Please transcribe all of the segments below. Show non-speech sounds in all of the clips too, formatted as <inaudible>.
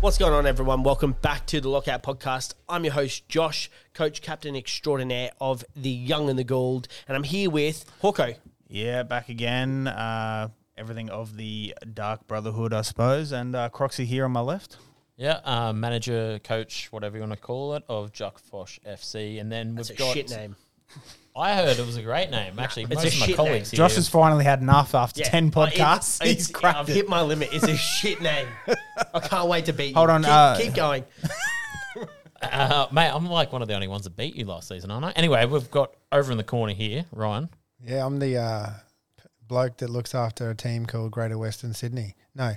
What's going on, everyone? Welcome back to the Lockout Podcast. I'm your host, Josh, coach, captain extraordinaire of the Young and the Gold, and I'm here with Hawko. Yeah, back again. Uh, everything of the Dark Brotherhood, I suppose, and uh, Croxy here on my left. Yeah, uh, manager, coach, whatever you want to call it, of Jock Fosh FC, and then we've It's a got. shit name. I heard it was a great name. Actually, <laughs> It's most a of my shit colleagues here. Josh has finally had enough after Yeah. ten Uh, it's- podcasts. He's it's- cracked I've it. hit my limit. It's a shit <laughs> name. I can't wait to beat you. Hold on, Keep, uh, keep going. uh, mate, I'm like one of the only ones that beat you last season, aren't I? Anyway, we've got over in the corner here, Ryan. Yeah, I'm the uh, p- bloke that looks after a team called Greater Western Sydney. No,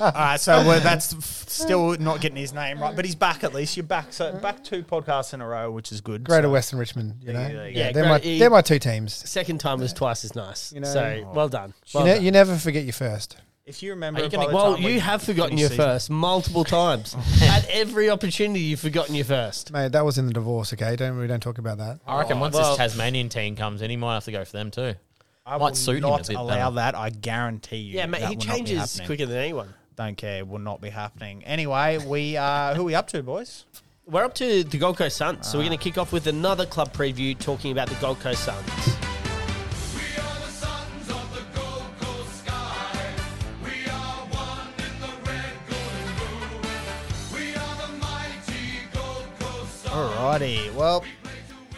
All right, so <laughs> we're, that's f- still not getting his name right, but he's back at least. You're back, so back two podcasts in a row, which is good. Greater so. Western Richmond. You know, Yeah, yeah, there you go. they're Yeah, my great- they're my two teams. Second time was twice as nice. You know- oh. so well done. You, Well, ne- done. you never forget your first. If you remember, Are you by gonna- the Well, time we you have forgotten finish your season- first <laughs> multiple times. At every opportunity, you've forgotten your first. Mate, that was in the divorce. Okay, don't we don't talk about that. I reckon once Oh, well- this Tasmanian team comes in, he might have to go for them too. I Might will suit him a not bit allow better. that. I guarantee you. Yeah, mate, that he will not be changes happening. quicker than anyone. Don't care. Will not be happening. Anyway, we uh, who are we up to, boys? We're up to the Gold Coast Suns, so we're going to kick off with another club preview talking about the Gold Coast Suns. We are the sons of the Gold Coast sky. We are one in the red, gold, and blue. We are the mighty Gold Coast Suns. Alrighty. Well,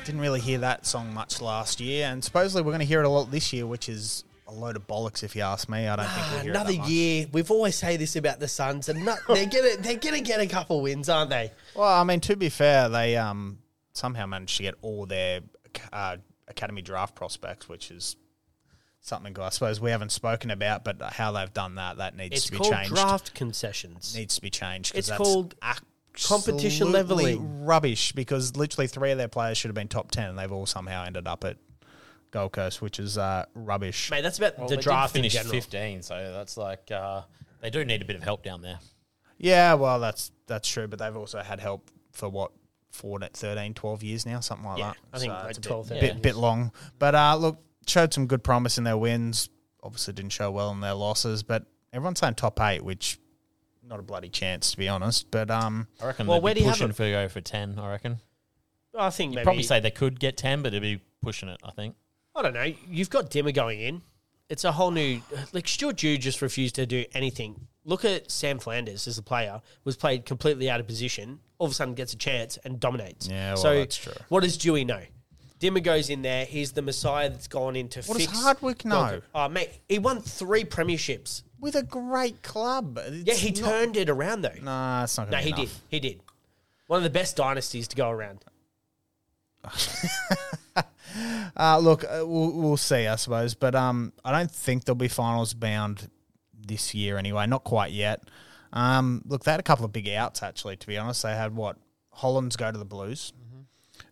didn't really hear that song much last year, and supposedly we're going to hear it a lot this year, which is a load of bollocks if you ask me. I don't think we'll hear Ah, Another it that much. year. We've always say this about the Suns, and not, they're <laughs> gonna they're gonna get a couple wins, aren't they? Well, I mean, to be fair, they um, somehow managed to get all their uh, academy draft prospects, which is something I suppose we haven't spoken about, but how they've done that that needs It's to be called changed. draft concessions. Needs to be changed. 'cause It's that's called competition absolutely leveling. Rubbish because literally three of their players should have been top ten, and they've all somehow ended up at Gold Coast, which is uh, rubbish. Mate, that's about Well, the they did draft in finish general. 15, so that's like uh, they do need a bit of help down there. Yeah, well, that's that's true, but they've also had help for what 14, 13, 12 years now, something like Yeah, that. I think like it's a 12, bit, 13 bit, bit long. But uh, look, showed some good promise in their wins. Obviously, didn't show well in their losses, but everyone's saying top eight, which not a bloody chance to be honest. But um, I reckon Well, well, where they'd do be you have pushing it? for go for 10, I reckon. I think maybe, Probably say they could get 10, but they'd be pushing it, I think. I don't know. You've got Dimmer going in. It's a whole new like Stuart Jew just refused to do anything. Look at Sam Flanders as a player was played completely out of position. All of a sudden gets a chance and dominates. Yeah, well, so that's true. What does Dewey know? Dimmer goes in there. He's the messiah that's gone in to What does fix. Hardwick know? Gold Coast. Oh mate, he won three premierships. with a great club, Yeah, he turned it around though. No, Nah, it's not. Gonna he be did. enough. He did. One of the best dynasties to go around. Uh, look, uh, we'll, we'll see, I suppose. But um, I don't think there'll be finals bound this year anyway. Not quite yet. Um, look, they had a couple of big outs, actually, to be honest. They had what? Hollands go to the Blues.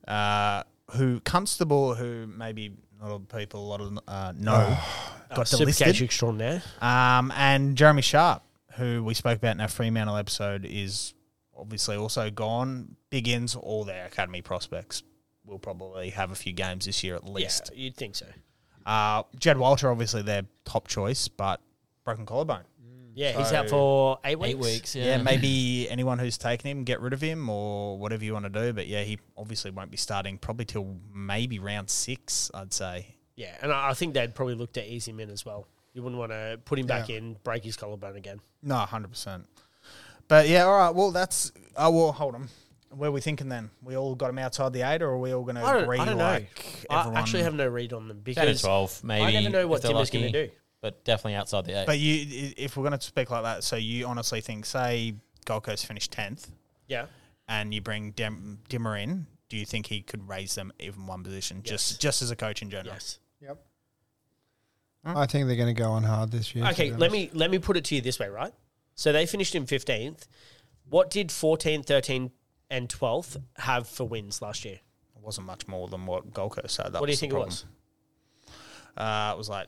Uh, who Constable, who maybe not a lot of people, a lot of uh, know, got Supercoach delisted. extraordinaire. Um, and Jeremy Sharp, who we spoke about in our Fremantle episode, is obviously also gone. Big ends all their academy prospects. will probably have a few games this year at Yeah, least. you'd think so. Uh, Jed Walter, obviously their top choice, but broken collarbone. Yeah, he's out for eight weeks. Eight <laughs> weeks, Yeah, maybe anyone who's taken him, get rid of him or whatever you want to do. But yeah, he obviously won't be starting probably till maybe round six, I'd say. Yeah, and I I think they'd probably look to ease him in as well. You wouldn't want to put him back Yeah. in, break his collarbone again. No, 100%. But yeah, all right. Well, that's. Oh, well, hold on. Where are we thinking then? We all got him outside the eight, or are we all going I to don't, agree? I don't know. like everyone? I actually have no read on them 10 and because 12, maybe. I never know if what they're Timber's going lucky, to do. But definitely outside the eight. But you, i- if we're going to speak like that, so you honestly think, say, Gold Coast finished 10th, Yeah, and you bring Dim- Dimmer in, do you think he could raise them even one position, Yes. just just as a coach in general? yes. Yep. I think they're going to go on hard this year. to Okay, be let honest. me let me put it to you this way, right? So they finished in 15th. What did 14, 13 and 12th have for wins last year? It wasn't much more than what Gold Coast had. That What do you was think the it problem. was? Uh, it was like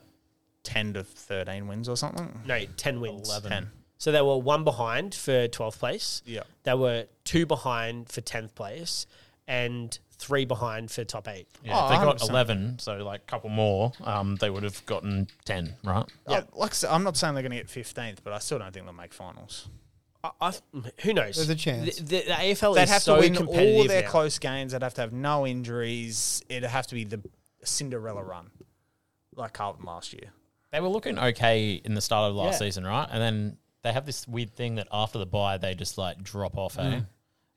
ten to thirteen wins or something. No, 10 wins. 11. Ten. So they were one behind for 12th place. Yeah. They were two behind for 10th place and three behind for top eight. Yeah, Oh, if they got 100%. 11, so like a couple more, um, they would have gotten 10, right? Yeah. like I said, I'm not saying they're going to get fifteenth, but I still don't think they'll make finals. I, I, who knows? There's a chance. The, the, the AFL They'd is have so to win competitive all their now. close games. They'd have to have no injuries. It'd have to be the Cinderella run, like Carlton last year. They were looking okay in the start of last Yeah. season, right? And then they have this weird thing that after the buy, they just like drop off. Eh?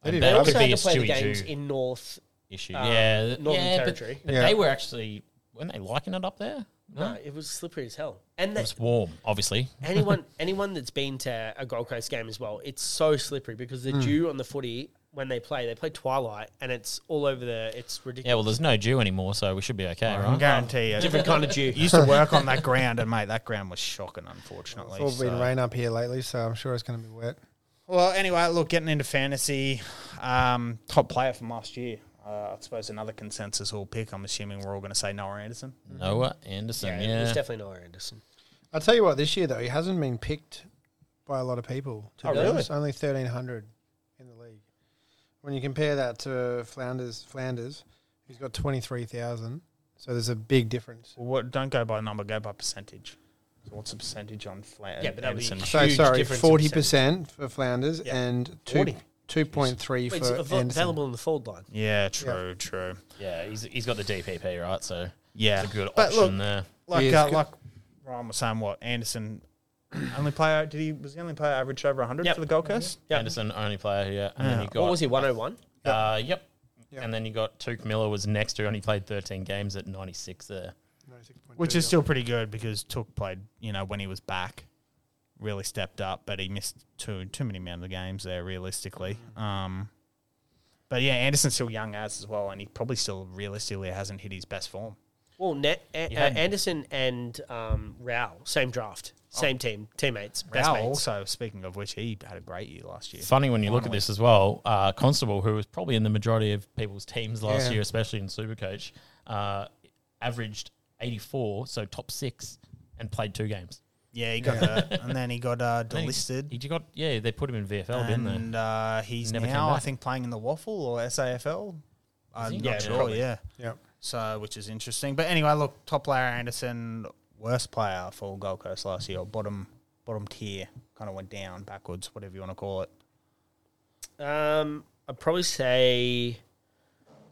They did that rubbish. also could be had a to play the Stewie games Jew in North. issue. um, yeah, th- Northern yeah, but- Territory. But, Yeah. they were actually weren't they liking it up there? No, it was slippery as hell. And that, It's warm, obviously. <laughs> anyone anyone that's been to a Gold Coast game as well, it's so slippery because Hmm. the dew on the footy when they play, they play twilight and it's all over the. It's Yeah, ridiculous. well, there's no dew anymore, so we should be okay, I right? guarantee <laughs> you. Different kind of dew. Used to work on that ground, and mate, that ground was shocking. Unfortunately, It's all so- uh, been rain up here lately, so I'm sure it's going to be wet. Well, anyway, look, getting into fantasy, um, top player from last year. Uh, I suppose another consensus all pick. I'm assuming we're all going to say Noah Anderson. Noah Anderson. Yeah, It was definitely Noah Anderson. I'll tell you what, this year though, he hasn't been picked by a lot of people. To Oh, be really? honest. Only 1,300 in the league. When you compare that to Flanders, Flanders, who's got 23,000, so there's a big difference. Well, what, don't go by number, go by percentage. So what's the percentage on Flan? Yeah, but that'd be- Anderson? So Huge sorry, difference in forty percent for Flanders Yeah. and two, 40. 2.3 for It's av- Anderson. available in the fold line. yeah, true, true. yeah he's, he's got the DPP, right? So Yeah, it's a good But look, option there. like He uh, is good. like Ryan was saying, what Anderson <clears throat> only player did he was the only player averaged over 100 Yep. for the Gold Coast? Yep. Anderson, only player, yeah. And then Yeah. you got What was he? One hundred one. Uh, yep. Yeah. And then you got Tuke Miller was next to, only played 13 games at 96 there. 96.2, Which is yeah. still pretty good because Took played, you know, when he was back, really stepped up, but he missed too too many amount of games there realistically. Mm. Um, but yeah, Anderson's still young as as well, and he probably still realistically hasn't hit his best form. Well, net, a- You uh, had- Anderson and um, Rao, same draft, same team, teammates, best Oh. Rao mates. also, speaking of which, he had a great year last year. Funny when you look at this as well. Uh, Constable, who was probably in the majority of people's teams last Yeah. year, especially in Supercoach, uh, averaged 84, so top six, and played two games. Yeah, he got <laughs> hurt, and then he got uh, And he- delisted. He, got yeah, they put him in VFL, didn't and uh, he's Never came now, I back. think, playing in the Waffle or SAFL. I'm he? not Yeah, sure, probably. yeah. Yep. So, which is interesting. But anyway, look, top player Anderson, worst player for Gold Coast last year, or bottom bottom tier, kind of went down backwards, whatever you want to call it. Um, I'd probably say,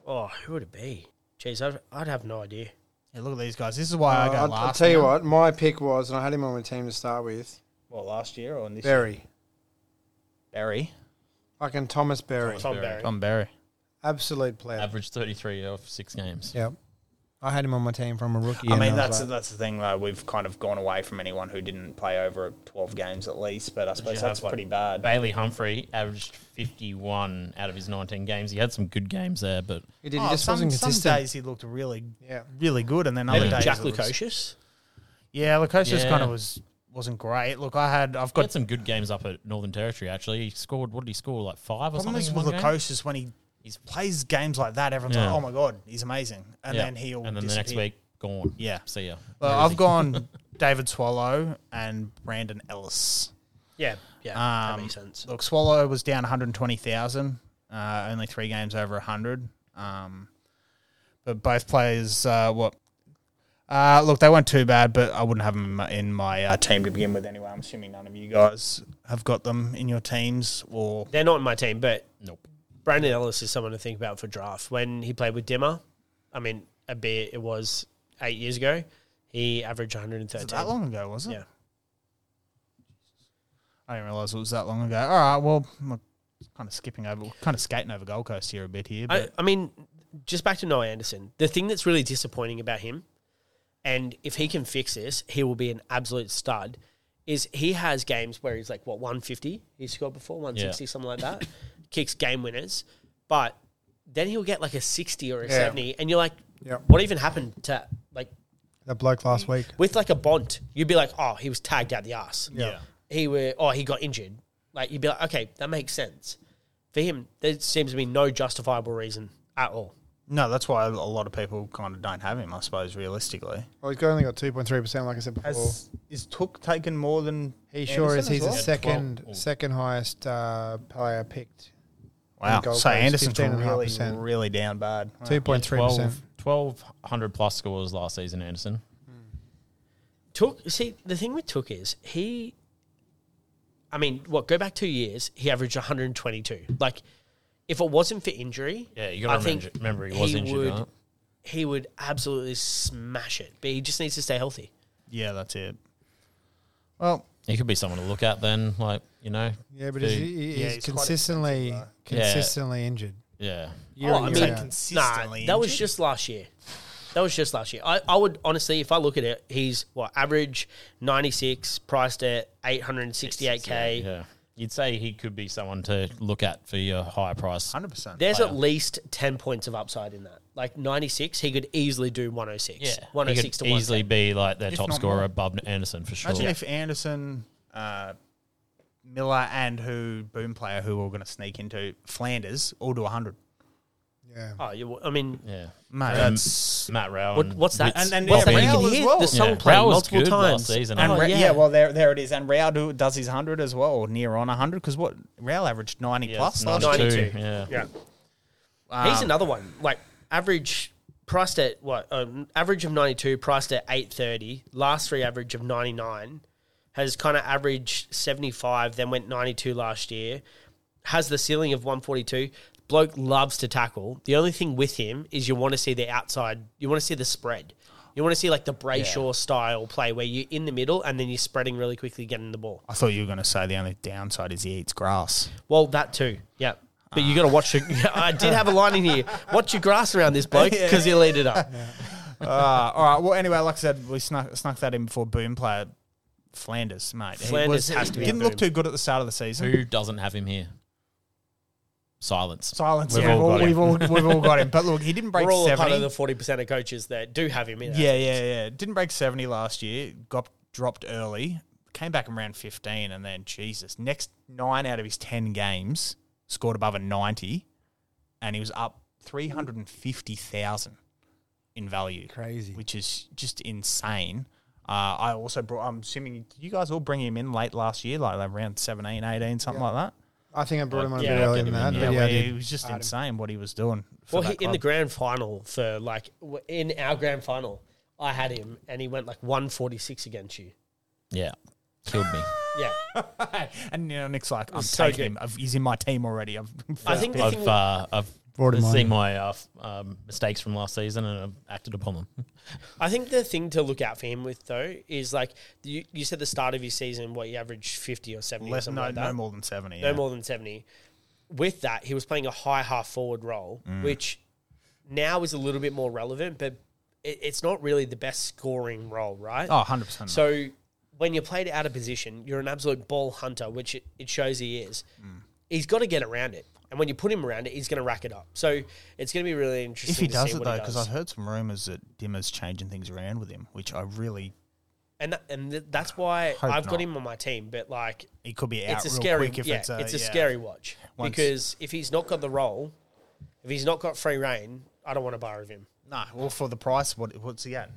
oh, who would it be? Jeez, I'd, I'd have no idea. Yeah, look at these guys. This is why I Uh, go I'll, last. I'll tell you now. what, my pick was, and I had him on my team to start with. What last year or in this year? Berry, Berry, fucking Thomas Berry, Tom Barry. Tom Berry. absolute player. they? Averaged 33 of six games. Yep. I had him on my team from a rookie. I and mean, was that's like- that's the thing though. We've kind of gone away from anyone who didn't play over twelve games at least, but I suppose have that's one? pretty bad. Bailey Humphrey averaged 51 out of his 19 games. He had some good games there, but he did. Oh, he just some, wasn't some consistent. days he looked really, Yeah. really good, and then other Maybe days Jack it was- Lukosius. Yeah, Lukosius Yeah. kind of was wasn't great. Look, I had I've he got had some good games up at Northern Territory. Actually, he scored. What did he score? Like five problem or something. is in with one game? Lukosius when he plays games like that, everyone's Yeah. like, "Oh my god, he's amazing," and Yeah. then he'll and then the next disappear. week gone. Yeah. see ya. Well, Where is I've he? gone <laughs> David Swallow and Brandon Ellis. Yeah, yeah, that Um, makes sense. Look, Swallow was down 120,000, uh, only three games over 100. Um, but both players, uh, what? Uh, look, they weren't too bad, but I wouldn't have them in my uh, team to begin with anyway. I'm assuming none of you guys have got them in your teams or. They're not in my team, but Nope. Brandon Ellis is someone to think about for draft. When he played with Dimmer, I mean, a bit it was eight years ago. He averaged one hundred and Was thirteen. it that long ago, was it? Yeah. I didn't realize it was that long ago. All right, well, I'm kind of skipping over, kind of skating over Gold Coast here a bit here. But I, I mean, just back to Noah Anderson. The thing that's really disappointing about him, and if he can fix this, he will be an absolute stud. Is he has games where he's like what 150 he scored before 160 something like that, <laughs> kicks game winners, but then he'll get like a 60 or a Yeah. 70, and you're like, Yep. what even happened to like That bloke last week. with like a bond? You'd be like, oh, he was tagged out the ass. Yeah. he were oh he got injured. Like you'd be like, okay, that makes sense. For him, there seems to be no justifiable reason at all. no, that's why a lot of people kind of don't have him, I suppose, realistically. Well, he's got- only got 2.3%, like I said before. Has is Took taken more than he sure is. Anderson as He's the well? Yeah, second 12. second highest uh, player picked. Wow. Gold So Coast, Anderson's 15.5%. really, really down bad. Wow. 2.3%. 1,200 plus scores last season, Anderson. Took see the thing with Took is he I mean, what go back two years, he averaged 122. Like, if it wasn't for injury, Yeah, you got I to think remember, remember he was injured. Would, right? He would absolutely smash it, but he just needs to stay healthy. Yeah, that's it. Well, He could be someone to look at then, like you know. Yeah, but Dude. he's, he- he's Yeah, he's quite consistently though. Yeah. consistently injured. Yeah, Year Oh, I in, mean, year out. Nah, consistently. that was just last year. That was just last year. I, I would honestly, if I look at it, he's what average 96, priced at 868k. Yeah, you'd say he could be someone to look at for your higher price. hundred percent. There's Player. at least 10 points of upside in that. Like 96, he could easily do 106. Yeah, he 106 could to easily 110. be like their If top not scorer more. above Anderson for sure. Imagine if Anderson, uh, Miller, and who boom player who we're going to sneak into Flanders all do hundred. Yeah. Oh, you, I mean, yeah, Mate, Um, that's Matt Rowan. what, what's that? And- and what's yeah, that? You Raoul can as hear well. the song Yeah, playing Raoul's multiple good last times. season. and Oh, Ra- yeah. yeah. well there there it is, and Rao do, does his hundred as well, or near on hundred because what Rao averaged ninety yeah, plus last 92, 92. Yeah, yeah. Um, He's another one. Like average priced at what? Um, average of ninety two, priced at eight thirty. Last three average of ninety nine. Has kind of averaged seventy five, then went ninety two last year. Has the ceiling of one forty two. Bloke loves to tackle. The only thing with him is you want to see the outside. You want to see the spread. You want to see like the Brayshaw style play where you're in the middle and then you're spreading really quickly, getting the ball. I thought you were going to say the only downside is he eats <laughs> grass. Well, that too. Yeah. But you got to watch your. <laughs> I did have a line in here. Watch your grass around this bloke because he'll eat it up. Uh, all right. Well, anyway, like I said, we snuck, snuck that in before Boom player Flanders, mate. He Flanders has to be didn't a look boom. too good at the start of the season. who doesn't have him here? Silence. Silence. We've yeah, all got him. we've, all, we've all <laughs> got him. But look, he didn't break We're all a part seventy. of the forty percent of coaches that do have him in. yeah, yeah, yeah. Didn't break seventy last year. Got dropped early. Came back in round fifteen, and then Jesus, next nine out of his ten games scored above a ninety, and he was up three hundred and fifty thousand in value. Crazy. which is just insane. Uh, I also brought, I'm assuming did you guys all bring him in late last year, like around 17, 18, something like that. I think I brought him on Yeah, a I bit earlier get him than that. in, but Yeah, yeah, I well, it did. was just insane what he was doing. For Well, he, that in the club. grand final for like w- in our grand final, I had him and he went like one forty six against you. Yeah, killed me. Yeah. and you know, Nick's like, I'm so taking good. him. I've, he's in my team already. I've, I think the thing I've uh, I've Brought him seen on. my uh, f- um, mistakes from last season and I've acted upon them. I think the thing to look out for him with though is like you, you said the start of your season what you averaged fifty or seventy or less, something no, like that. no more than 70. no yeah. more than 70. With that, he was playing a high half forward role, Mm. which now is a little bit more relevant, but it, it's not really the best scoring role, right? Oh, 100%. So, So when you're played out of position, you're an absolute ball hunter, which it, it shows he is. Mm. He's got to get around it. And when you put him around it, he's going to rack it up. So it's going to be really interesting. if he to does see it, what he though, because does. I've heard some rumors that Dimmer's changing things around with him, which I really, and that, and th- that's why Hope I've got not. him on my team. But like, he could be it's out a real scary quick if yeah, it's a, a yeah. scary watch Once- because if he's not got the role, if he's not got free reign, I don't want to borrow of him. No, well, for the price, what, what's he at?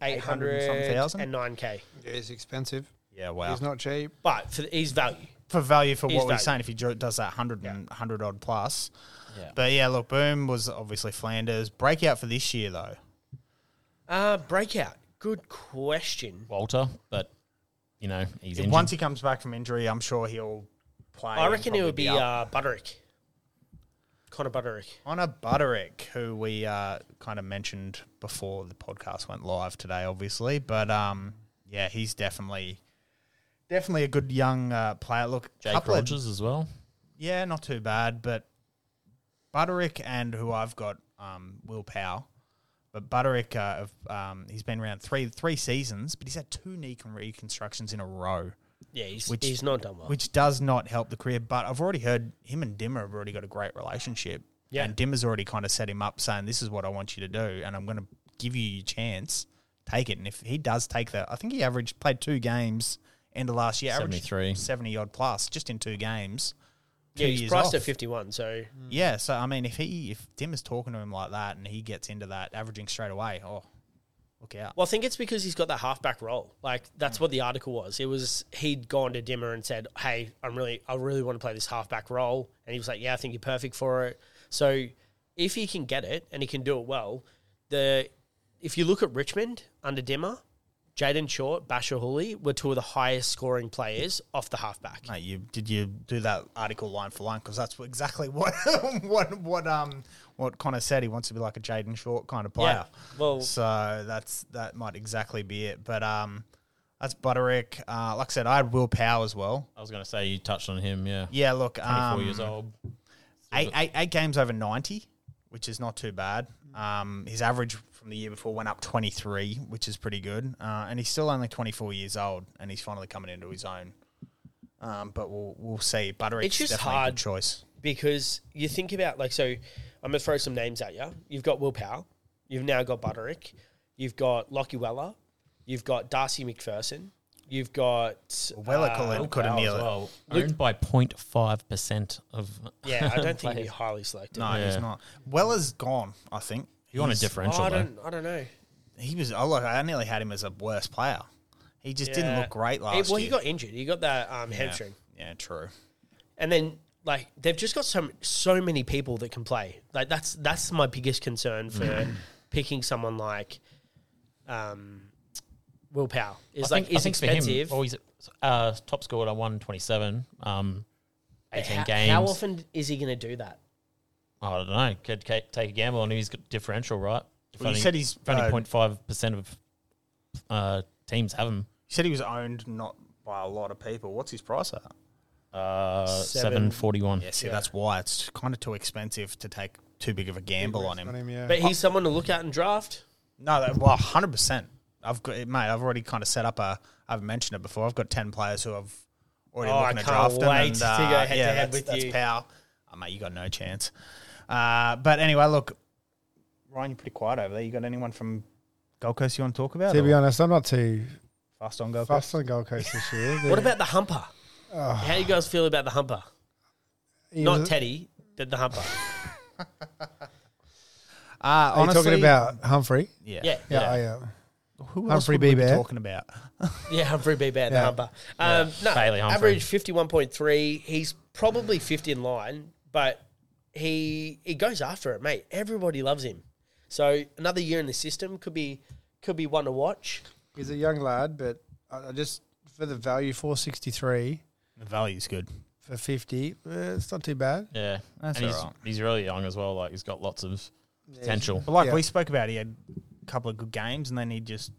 800 and some thousand? 809k, Yeah, he's expensive. Yeah, wow. He's not cheap. but for he's value. for value for He's what we're value. saying if he dro- does that 100 and 100 odd plus. Yeah. But yeah, look, Boom was obviously Flanders. Breakout for this year, though. Uh, breakout. Good question. Walter, but you know he's injured. Once he comes back from injury, I'm sure he'll play. I and reckon it probably would be up. uh, Butterick, Connor Butterick. Connor Butterick, who we uh, kind of mentioned before the podcast went live today, obviously. But um, yeah, he's definitely definitely a good young uh, player. Look, Jake couple of- Rogers as well. Yeah, not too bad, but Butterick and who I've got, um, Will Powell. But Butterick, uh, of- um, he's been around three three seasons, but he's had two knee con- reconstructions in a row, Yeah, he's, Which- he's not done well. which does not help the career. But I've already heard him and Dimmer have already got a great relationship. Yeah. And Dimmer's already kind of set him up saying, this is what I want you to do, and I'm going to give you your chance. Take it. And if he does take that, I think he averaged, played two games end of last year, averaged 73. 70 odd plus just in two games. yeah, two he's years priced off. at 51, so Yeah, so I mean, if he if Tim is talking to him like that and he gets into that averaging straight away, oh, look out! Well, I think it's because he's got that halfback role. Like that's what the article was. It was he'd gone to Dimmer and said, "Hey, I'm really, I really want to play this halfback role," and he was like, "Yeah, I think you're perfect for it." So if he can get it and he can do it well, the if you look at Richmond under Dimmer, Jaden Short, Bashir Hooley were two of the highest scoring players off the halfback. Mate, you did you do that article line for line because that's what- exactly <laughs> what what what um what Connor said. He wants to be like a Jaden Short kind of player. well- so that's that might exactly be it. But um, that's Butterick. Uh, like I said, I had Will Power as well. I was going to say you touched on him. Yeah, Yeah, look, Twenty-four um, years old. eight, eight, eight games over 90, which is not too bad. Um, his average from the year before went up 23, which is pretty good. Uh, and he's still only 24 years old, and he's finally coming into his own. Um, but we'll we'll see. Butterick's It's just definitely a hard. good choice. because you think about like so I'm gonna throw some names at you. You've got Will Powell, you've now got Butterick, you've got Lockie Weller, you've got Darcy McPherson, you've got Weller uh, could have Wow, nailed as it. well. Owned by 0.5 percent of. Yeah, I <laughs> don't think he'd be players. highly selected. No, he's Yeah. not. Weller's gone, I think. You want a He's- Oh, <laughs> differential I though. don't I don't know. He was. Oh, look, I nearly had him as a worst player. He just didn't Yeah. look great last Hey, well, year. he got injured. He got that um, yeah. hamstring. Yeah, true. And then like they've just got some so many people that can play. Like that's that's my biggest concern for Mm. picking someone like um Will Powell. Is like is for him, expensive. well, he's uh, top scored at 127, um, 18 how, games. How often is he going to do that? I don't know. Could ca- take a gamble on who's got differential, right? If Well, you said he's, if only uh, 0.5% of uh, teams have him. He said he was owned not by a lot of people. What's his price at? Uh, Seven. 741. Yeah, see, that's why it's kind of too expensive to take too big of a gamble on him. yeah. But he's someone to look at and draft. No, that, well, hundred percent. I've got, mate. I've already kind of set up a. I've mentioned it before. I've got ten players who I've already Oh, I looking to can't draft them, wait and, to uh, go head to yeah, head that's, with that's you. power. Oh, mate, you got no chance. Uh, but anyway, look, Ryan, you're pretty quiet over there. You got anyone from Gold Coast you want to talk about? to be or honest, I'm not too fast on Gold Coast. Uh, fussed on Gold <laughs> Coast this year. What about the humper? How do you guys feel about the humper? He Not was- Teddy, but the humper. Uh, Are you honestly, talking about Humphrey? yeah, Yeah, Yeah, yeah, I yeah, am. Who else Humphrey would we be Bear. talking about? Humphrey B. Bear, the Yeah. humper. Um, No, Bailey Humphrey. average fifty-one point three. He's probably fifth in line, but he he goes after it, mate. Everybody loves him. So another year in the system could be could be one to watch. He's a young lad, but I I just for the value 463 The value's good. for 50, uh, it's not too bad. Yeah. That's and he's, alright. he's really young as well. Like, he's got lots of potential. But like Yeah. we spoke about, he had a couple of good games, and then he just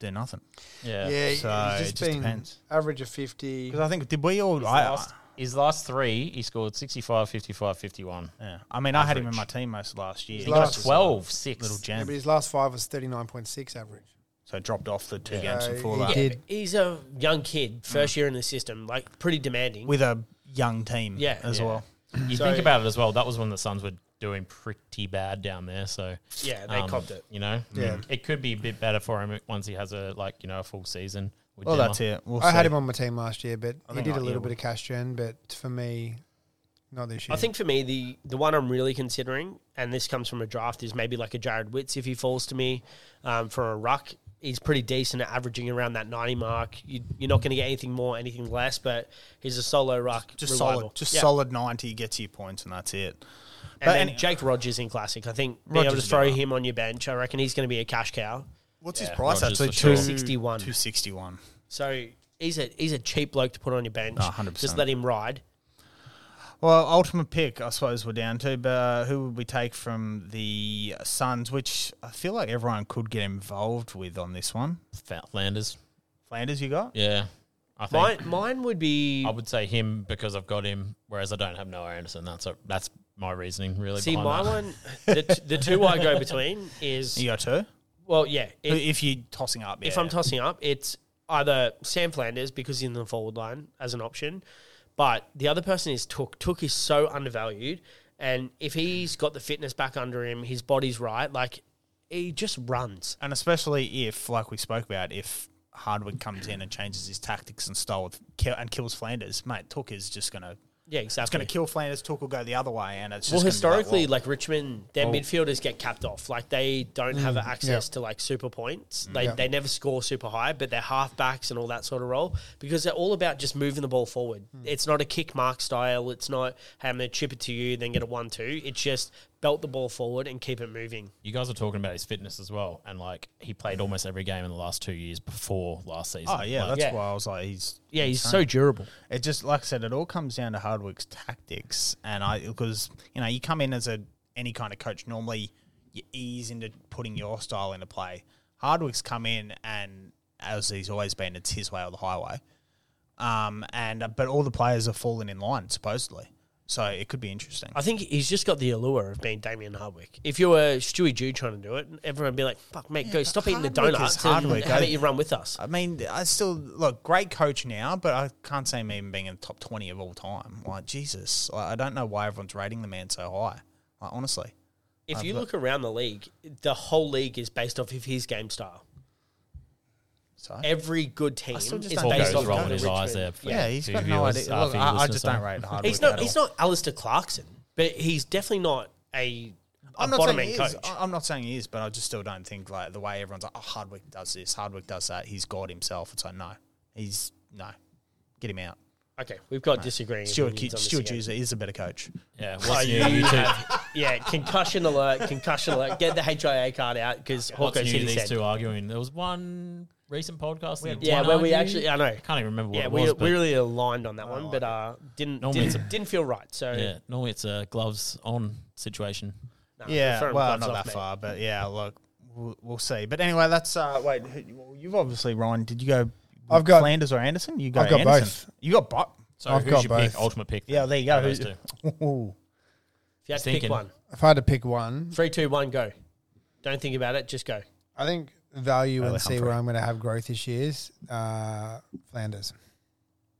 did nothing. Yeah. Yeah, he's So just, it just been depends. average of 50. Because I think did we all? His, I, last, his last three, he scored 65, 55, 51. yeah. I mean, I had him in my team most of last year. His He last- got 12, 6. a little Yeah, jam, but his last five was 39.6 average. so dropped off the two games So before he that did- He's a young kid, first year in the system, like pretty demanding. with a young team. Yeah. as Yeah. well. You So- think about it as well. That was when the Suns were doing pretty bad down there. So yeah, they um, copped it. You know, Yeah. it could be a bit better for him once he has a like you know a full season. with Well, Denver. that's it. We'll I see. had him on my team last year, but he think did I- a little yeah, bit of cash gen, but for me, not this year. I think for me, the the one I'm really considering, and this comes from a draft, is maybe like a Jared Witz if he falls to me um, for a ruck. He's pretty decent at averaging around that 90 mark. You, you're not going to get anything more, anything less, but he's a solo ruck. Just reliable. solid, just Yeah. solid ninety gets you points, and that's it. And But then any- Jake Rogers in classic. I think being able Rogers to is throw good. him on your bench, I reckon he's going to be a cash cow. What's Yeah, his price? Rogers Actually, for sure. 261. Two sixty one. So he's a he's a cheap bloke to put on your bench. Oh, 100%. Just let him ride. Well, ultimate pick, I suppose we're down to, but uh, who would we take from the Suns? Which I feel like everyone could get involved with on this one. Fa- Landers. Flanders, you got? Yeah, I think Mine, mine would be I would say him because I've got him. Whereas I don't have Noah Anderson. That's a, that's my reasoning really. See, behind my that. one, the, t- the two I go <laughs> between is You got two? well, yeah. Who- If, if you're tossing up, yeah. if I'm tossing up, it's either Sam Flanders because he's in the forward line as an option, but the other person is Took. Took is so undervalued, and if he's got the fitness back under him, his body's right, like he just runs. and especially if, like we spoke about, if Hardwood comes in and changes his tactics and style with, kill, and kills Flanders, mate, Took is just gonna Yeah, it's exactly. gonna kill Flanders. Took will go the other way, and it's just well, gonna be like, historically, well, Mm, like Richmond, their midfielders get capped off. Like they don't have access to like super points. They, Yeah. they never score super high, but they're halfbacks and all that sort of role because they're all about just moving the ball Mm. forward. It's not a kick mark style. It's not hey, I'm gonna chip it to you, then get a one two. It's just belt the ball forward and keep it moving. You guys were talking about his fitness as well, and like he played almost every game in the last two years before last season. Oh yeah, Like, that's Yeah. why I was like, he's Yeah, he's insane. so durable. It just like I said, it all comes down to Hardwick's tactics, and I because you know you come in as a any kind of coach normally you ease into putting your style into play. Hardwick's come in and as he's always been, it's his way or the highway. Um, and but all the players are falling in line supposedly, so it could be interesting. I think he's just got the allure of being Damien Hardwick. If you were Stewie Jew trying to do it, everyone would be like, fuck, mate, go stop eating the Hardwick is donuts and Hardwick, how eh? about you run with us? I mean, I still look great coach now, but I can't see him even being in the top twenty of all time. Like Jesus, like, I don't know why everyone's rating the man so high. Like honestly, If you look around the league, the whole league is based off of his game style. so Every good team is still just based don't Paul get off it. goes Paul of rolling his Richmond. eyes there. for yeah, he's two got no viewers, idea. our Look, viewers I, I just listening. don't rate Hardwick. He's not. at He's all. not Alistair Clarkson, but he's definitely not a, a I'm not bottom saying he end is. coach. I- I'm not saying he is, but I just still don't think like the way everyone's like, oh, Hardwick does this, Hardwick does that. He's God himself. It's like no, he's no, get him out. Okay, we've got disagreeing. Stuart opinions on this Stuart again. Jewser is a better coach. Yeah, Oh, what's you, new, YouTube? have- yeah, concussion alert, concussion alert. Get the HIA card out because What's Hawkeye new? City These said. two arguing. There was one recent podcast. and Yeah, one where we argued. actually, I know. I can't even remember what Yeah, it we, was. we but Oh, really aligned on that one, but uh, didn't Normally didn't, it's a- didn't feel right. So yeah, normally it's a gloves on situation. no, Yeah, referring well, gloves not off, that mate. far, but yeah, look, we'll, we'll see. But anyway, that's uh, wait. who- well, You've obviously Ryan. Did you go? I've got- <laughs> Flanders or Anderson. You go I've got Anderson. You got both. So I've who's got your both. pick? Ultimate pick. Yeah, there you go. Those Who- two. Ooh. If you had to pick Thinking. one, If I had to pick one, three, two, one, go. Don't think about it. Just go. I think value Tyler and see where Humphrey. I'm going to have growth this year is uh, Flanders.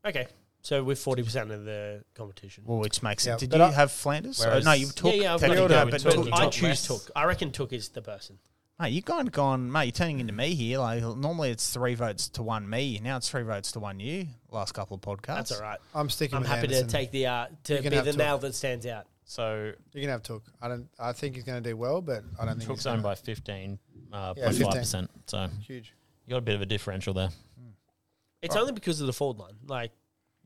Okay. So we're forty percent of the competition. Well, which makes Yeah, sense. Did but you I- have Flanders? Oh, Whereas- no, you took. yeah, yeah. I've got technically, to yeah, go we with took- Took. we I took choose less. Took. I reckon Took is the person. Mate, you gone gone, mate. You're turning into me here. Like normally it's three votes to one me. Now it's three votes to one you. Last couple of podcasts. That's all right. I'm sticking. I'm with happy Anderson. to take the uh, to You be can the have Took. nail that stands out. So You can have Took. I don't. I think he's going to do well, but I don't think Took's he's owned by gonna- 15.5%. Uh, Yeah, 0.5%. So you huge. got a bit of a differential there. It's only because of the forward line. Like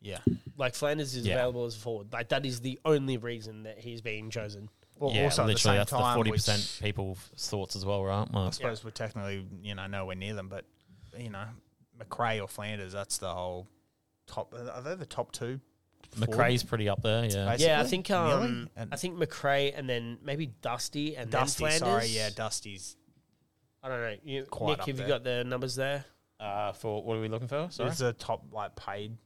Yeah. like Flanders is Yeah. available as a forward. Like that is the only reason that he's being chosen. Well, yeah, also at the literally, same that's time, the 40% which- people's thoughts as well, right? Well, I suppose we're technically, you know, nowhere near them, but you know, McRae or Flanders, that's the whole top. Are they the top two? McRae's pretty up there, yeah. Basically, yeah, I think nearly? um, And I think McRae and then maybe Dusty and Dusty. then Flanders. Sorry, yeah, Dusty's. I don't know. You, Quite Nick, up have you there. got the numbers there? Uh, for what are we looking for? Sorry. Is the top like paid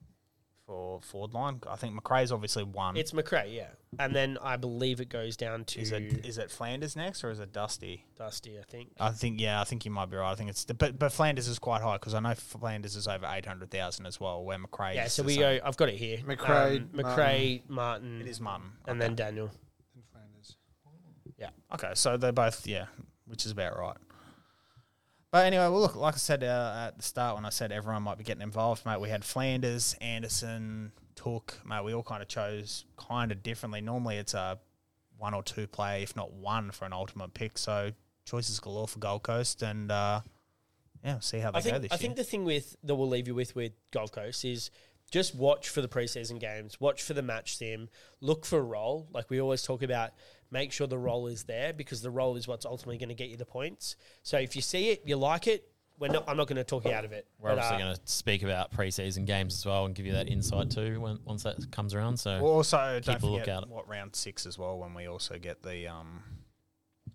for Ford line? I think McRae's obviously one. It's McRae, yeah, and then I believe it goes down to is it Oh, is it Flanders next or is it Dusty? Dusty. I think. I think yeah, I think you might be right. I think it's but but Flanders is quite high because I know Flanders is over eight hundred thousand as well. Where McRae Yeah, is so the we same. go. I've got it here. McRae, um, McRae, Martin, It is Martin. and then Daniel. And Flanders. Okay, so they're both yeah, which is about right. But anyway, well, look, like I said uh, at the start when I said everyone might be getting involved, mate, we had Flanders, Anderson, Took, mate, we all kind of chose kind of differently. Normally it's a one or two player, if not one, for an ultimate pick. So choices galore for Gold Coast and uh, yeah, see how they I think. go this I year. think the thing with that we'll leave you with with Gold Coast is just watch for the preseason games, watch for the match sim, look for a role. Like we always talk about, make sure the role is there because the role is what's ultimately going to get you the points. So if you see it, you like it. We're not, I'm not going to talk you out of it. We're But, obviously uh, going to speak about preseason games as well and give you that insight too when, once that comes around. So well, also don't Keep a look forget out. what round six as well when we also get the um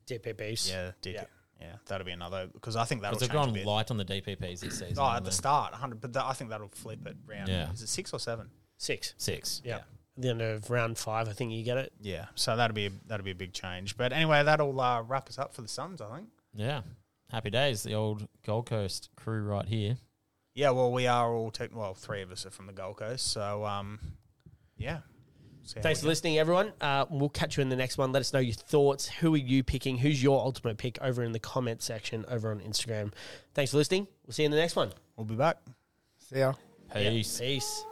DPPs. yeah did Yeah. yeah that'll be another because I think that'll because they've change a gone bit. light on the DPPs this season. Oh, haven't at the they? start, 100. But that, I think that'll flip it round. Yeah. Is it six or seven? six. Six. Yeah. At the end of round five, I think you get it. Yeah. So that'll be that'll be a big change. But anyway, that'll uh, wrap us up for the Suns, I think. Yeah. Happy days, the old Gold Coast crew right here. Yeah. Well, we are all tech. Well, three of us are from the Gold Coast, so um, yeah. See how Thanks we for go. listening, everyone. Uh, we'll catch you in the next one. Let us know your thoughts. Who are you picking? Who's your ultimate pick over in the comment section over on Instagram? Thanks for listening. We'll see you in the next one. We'll be back. See ya. Peace. Peace.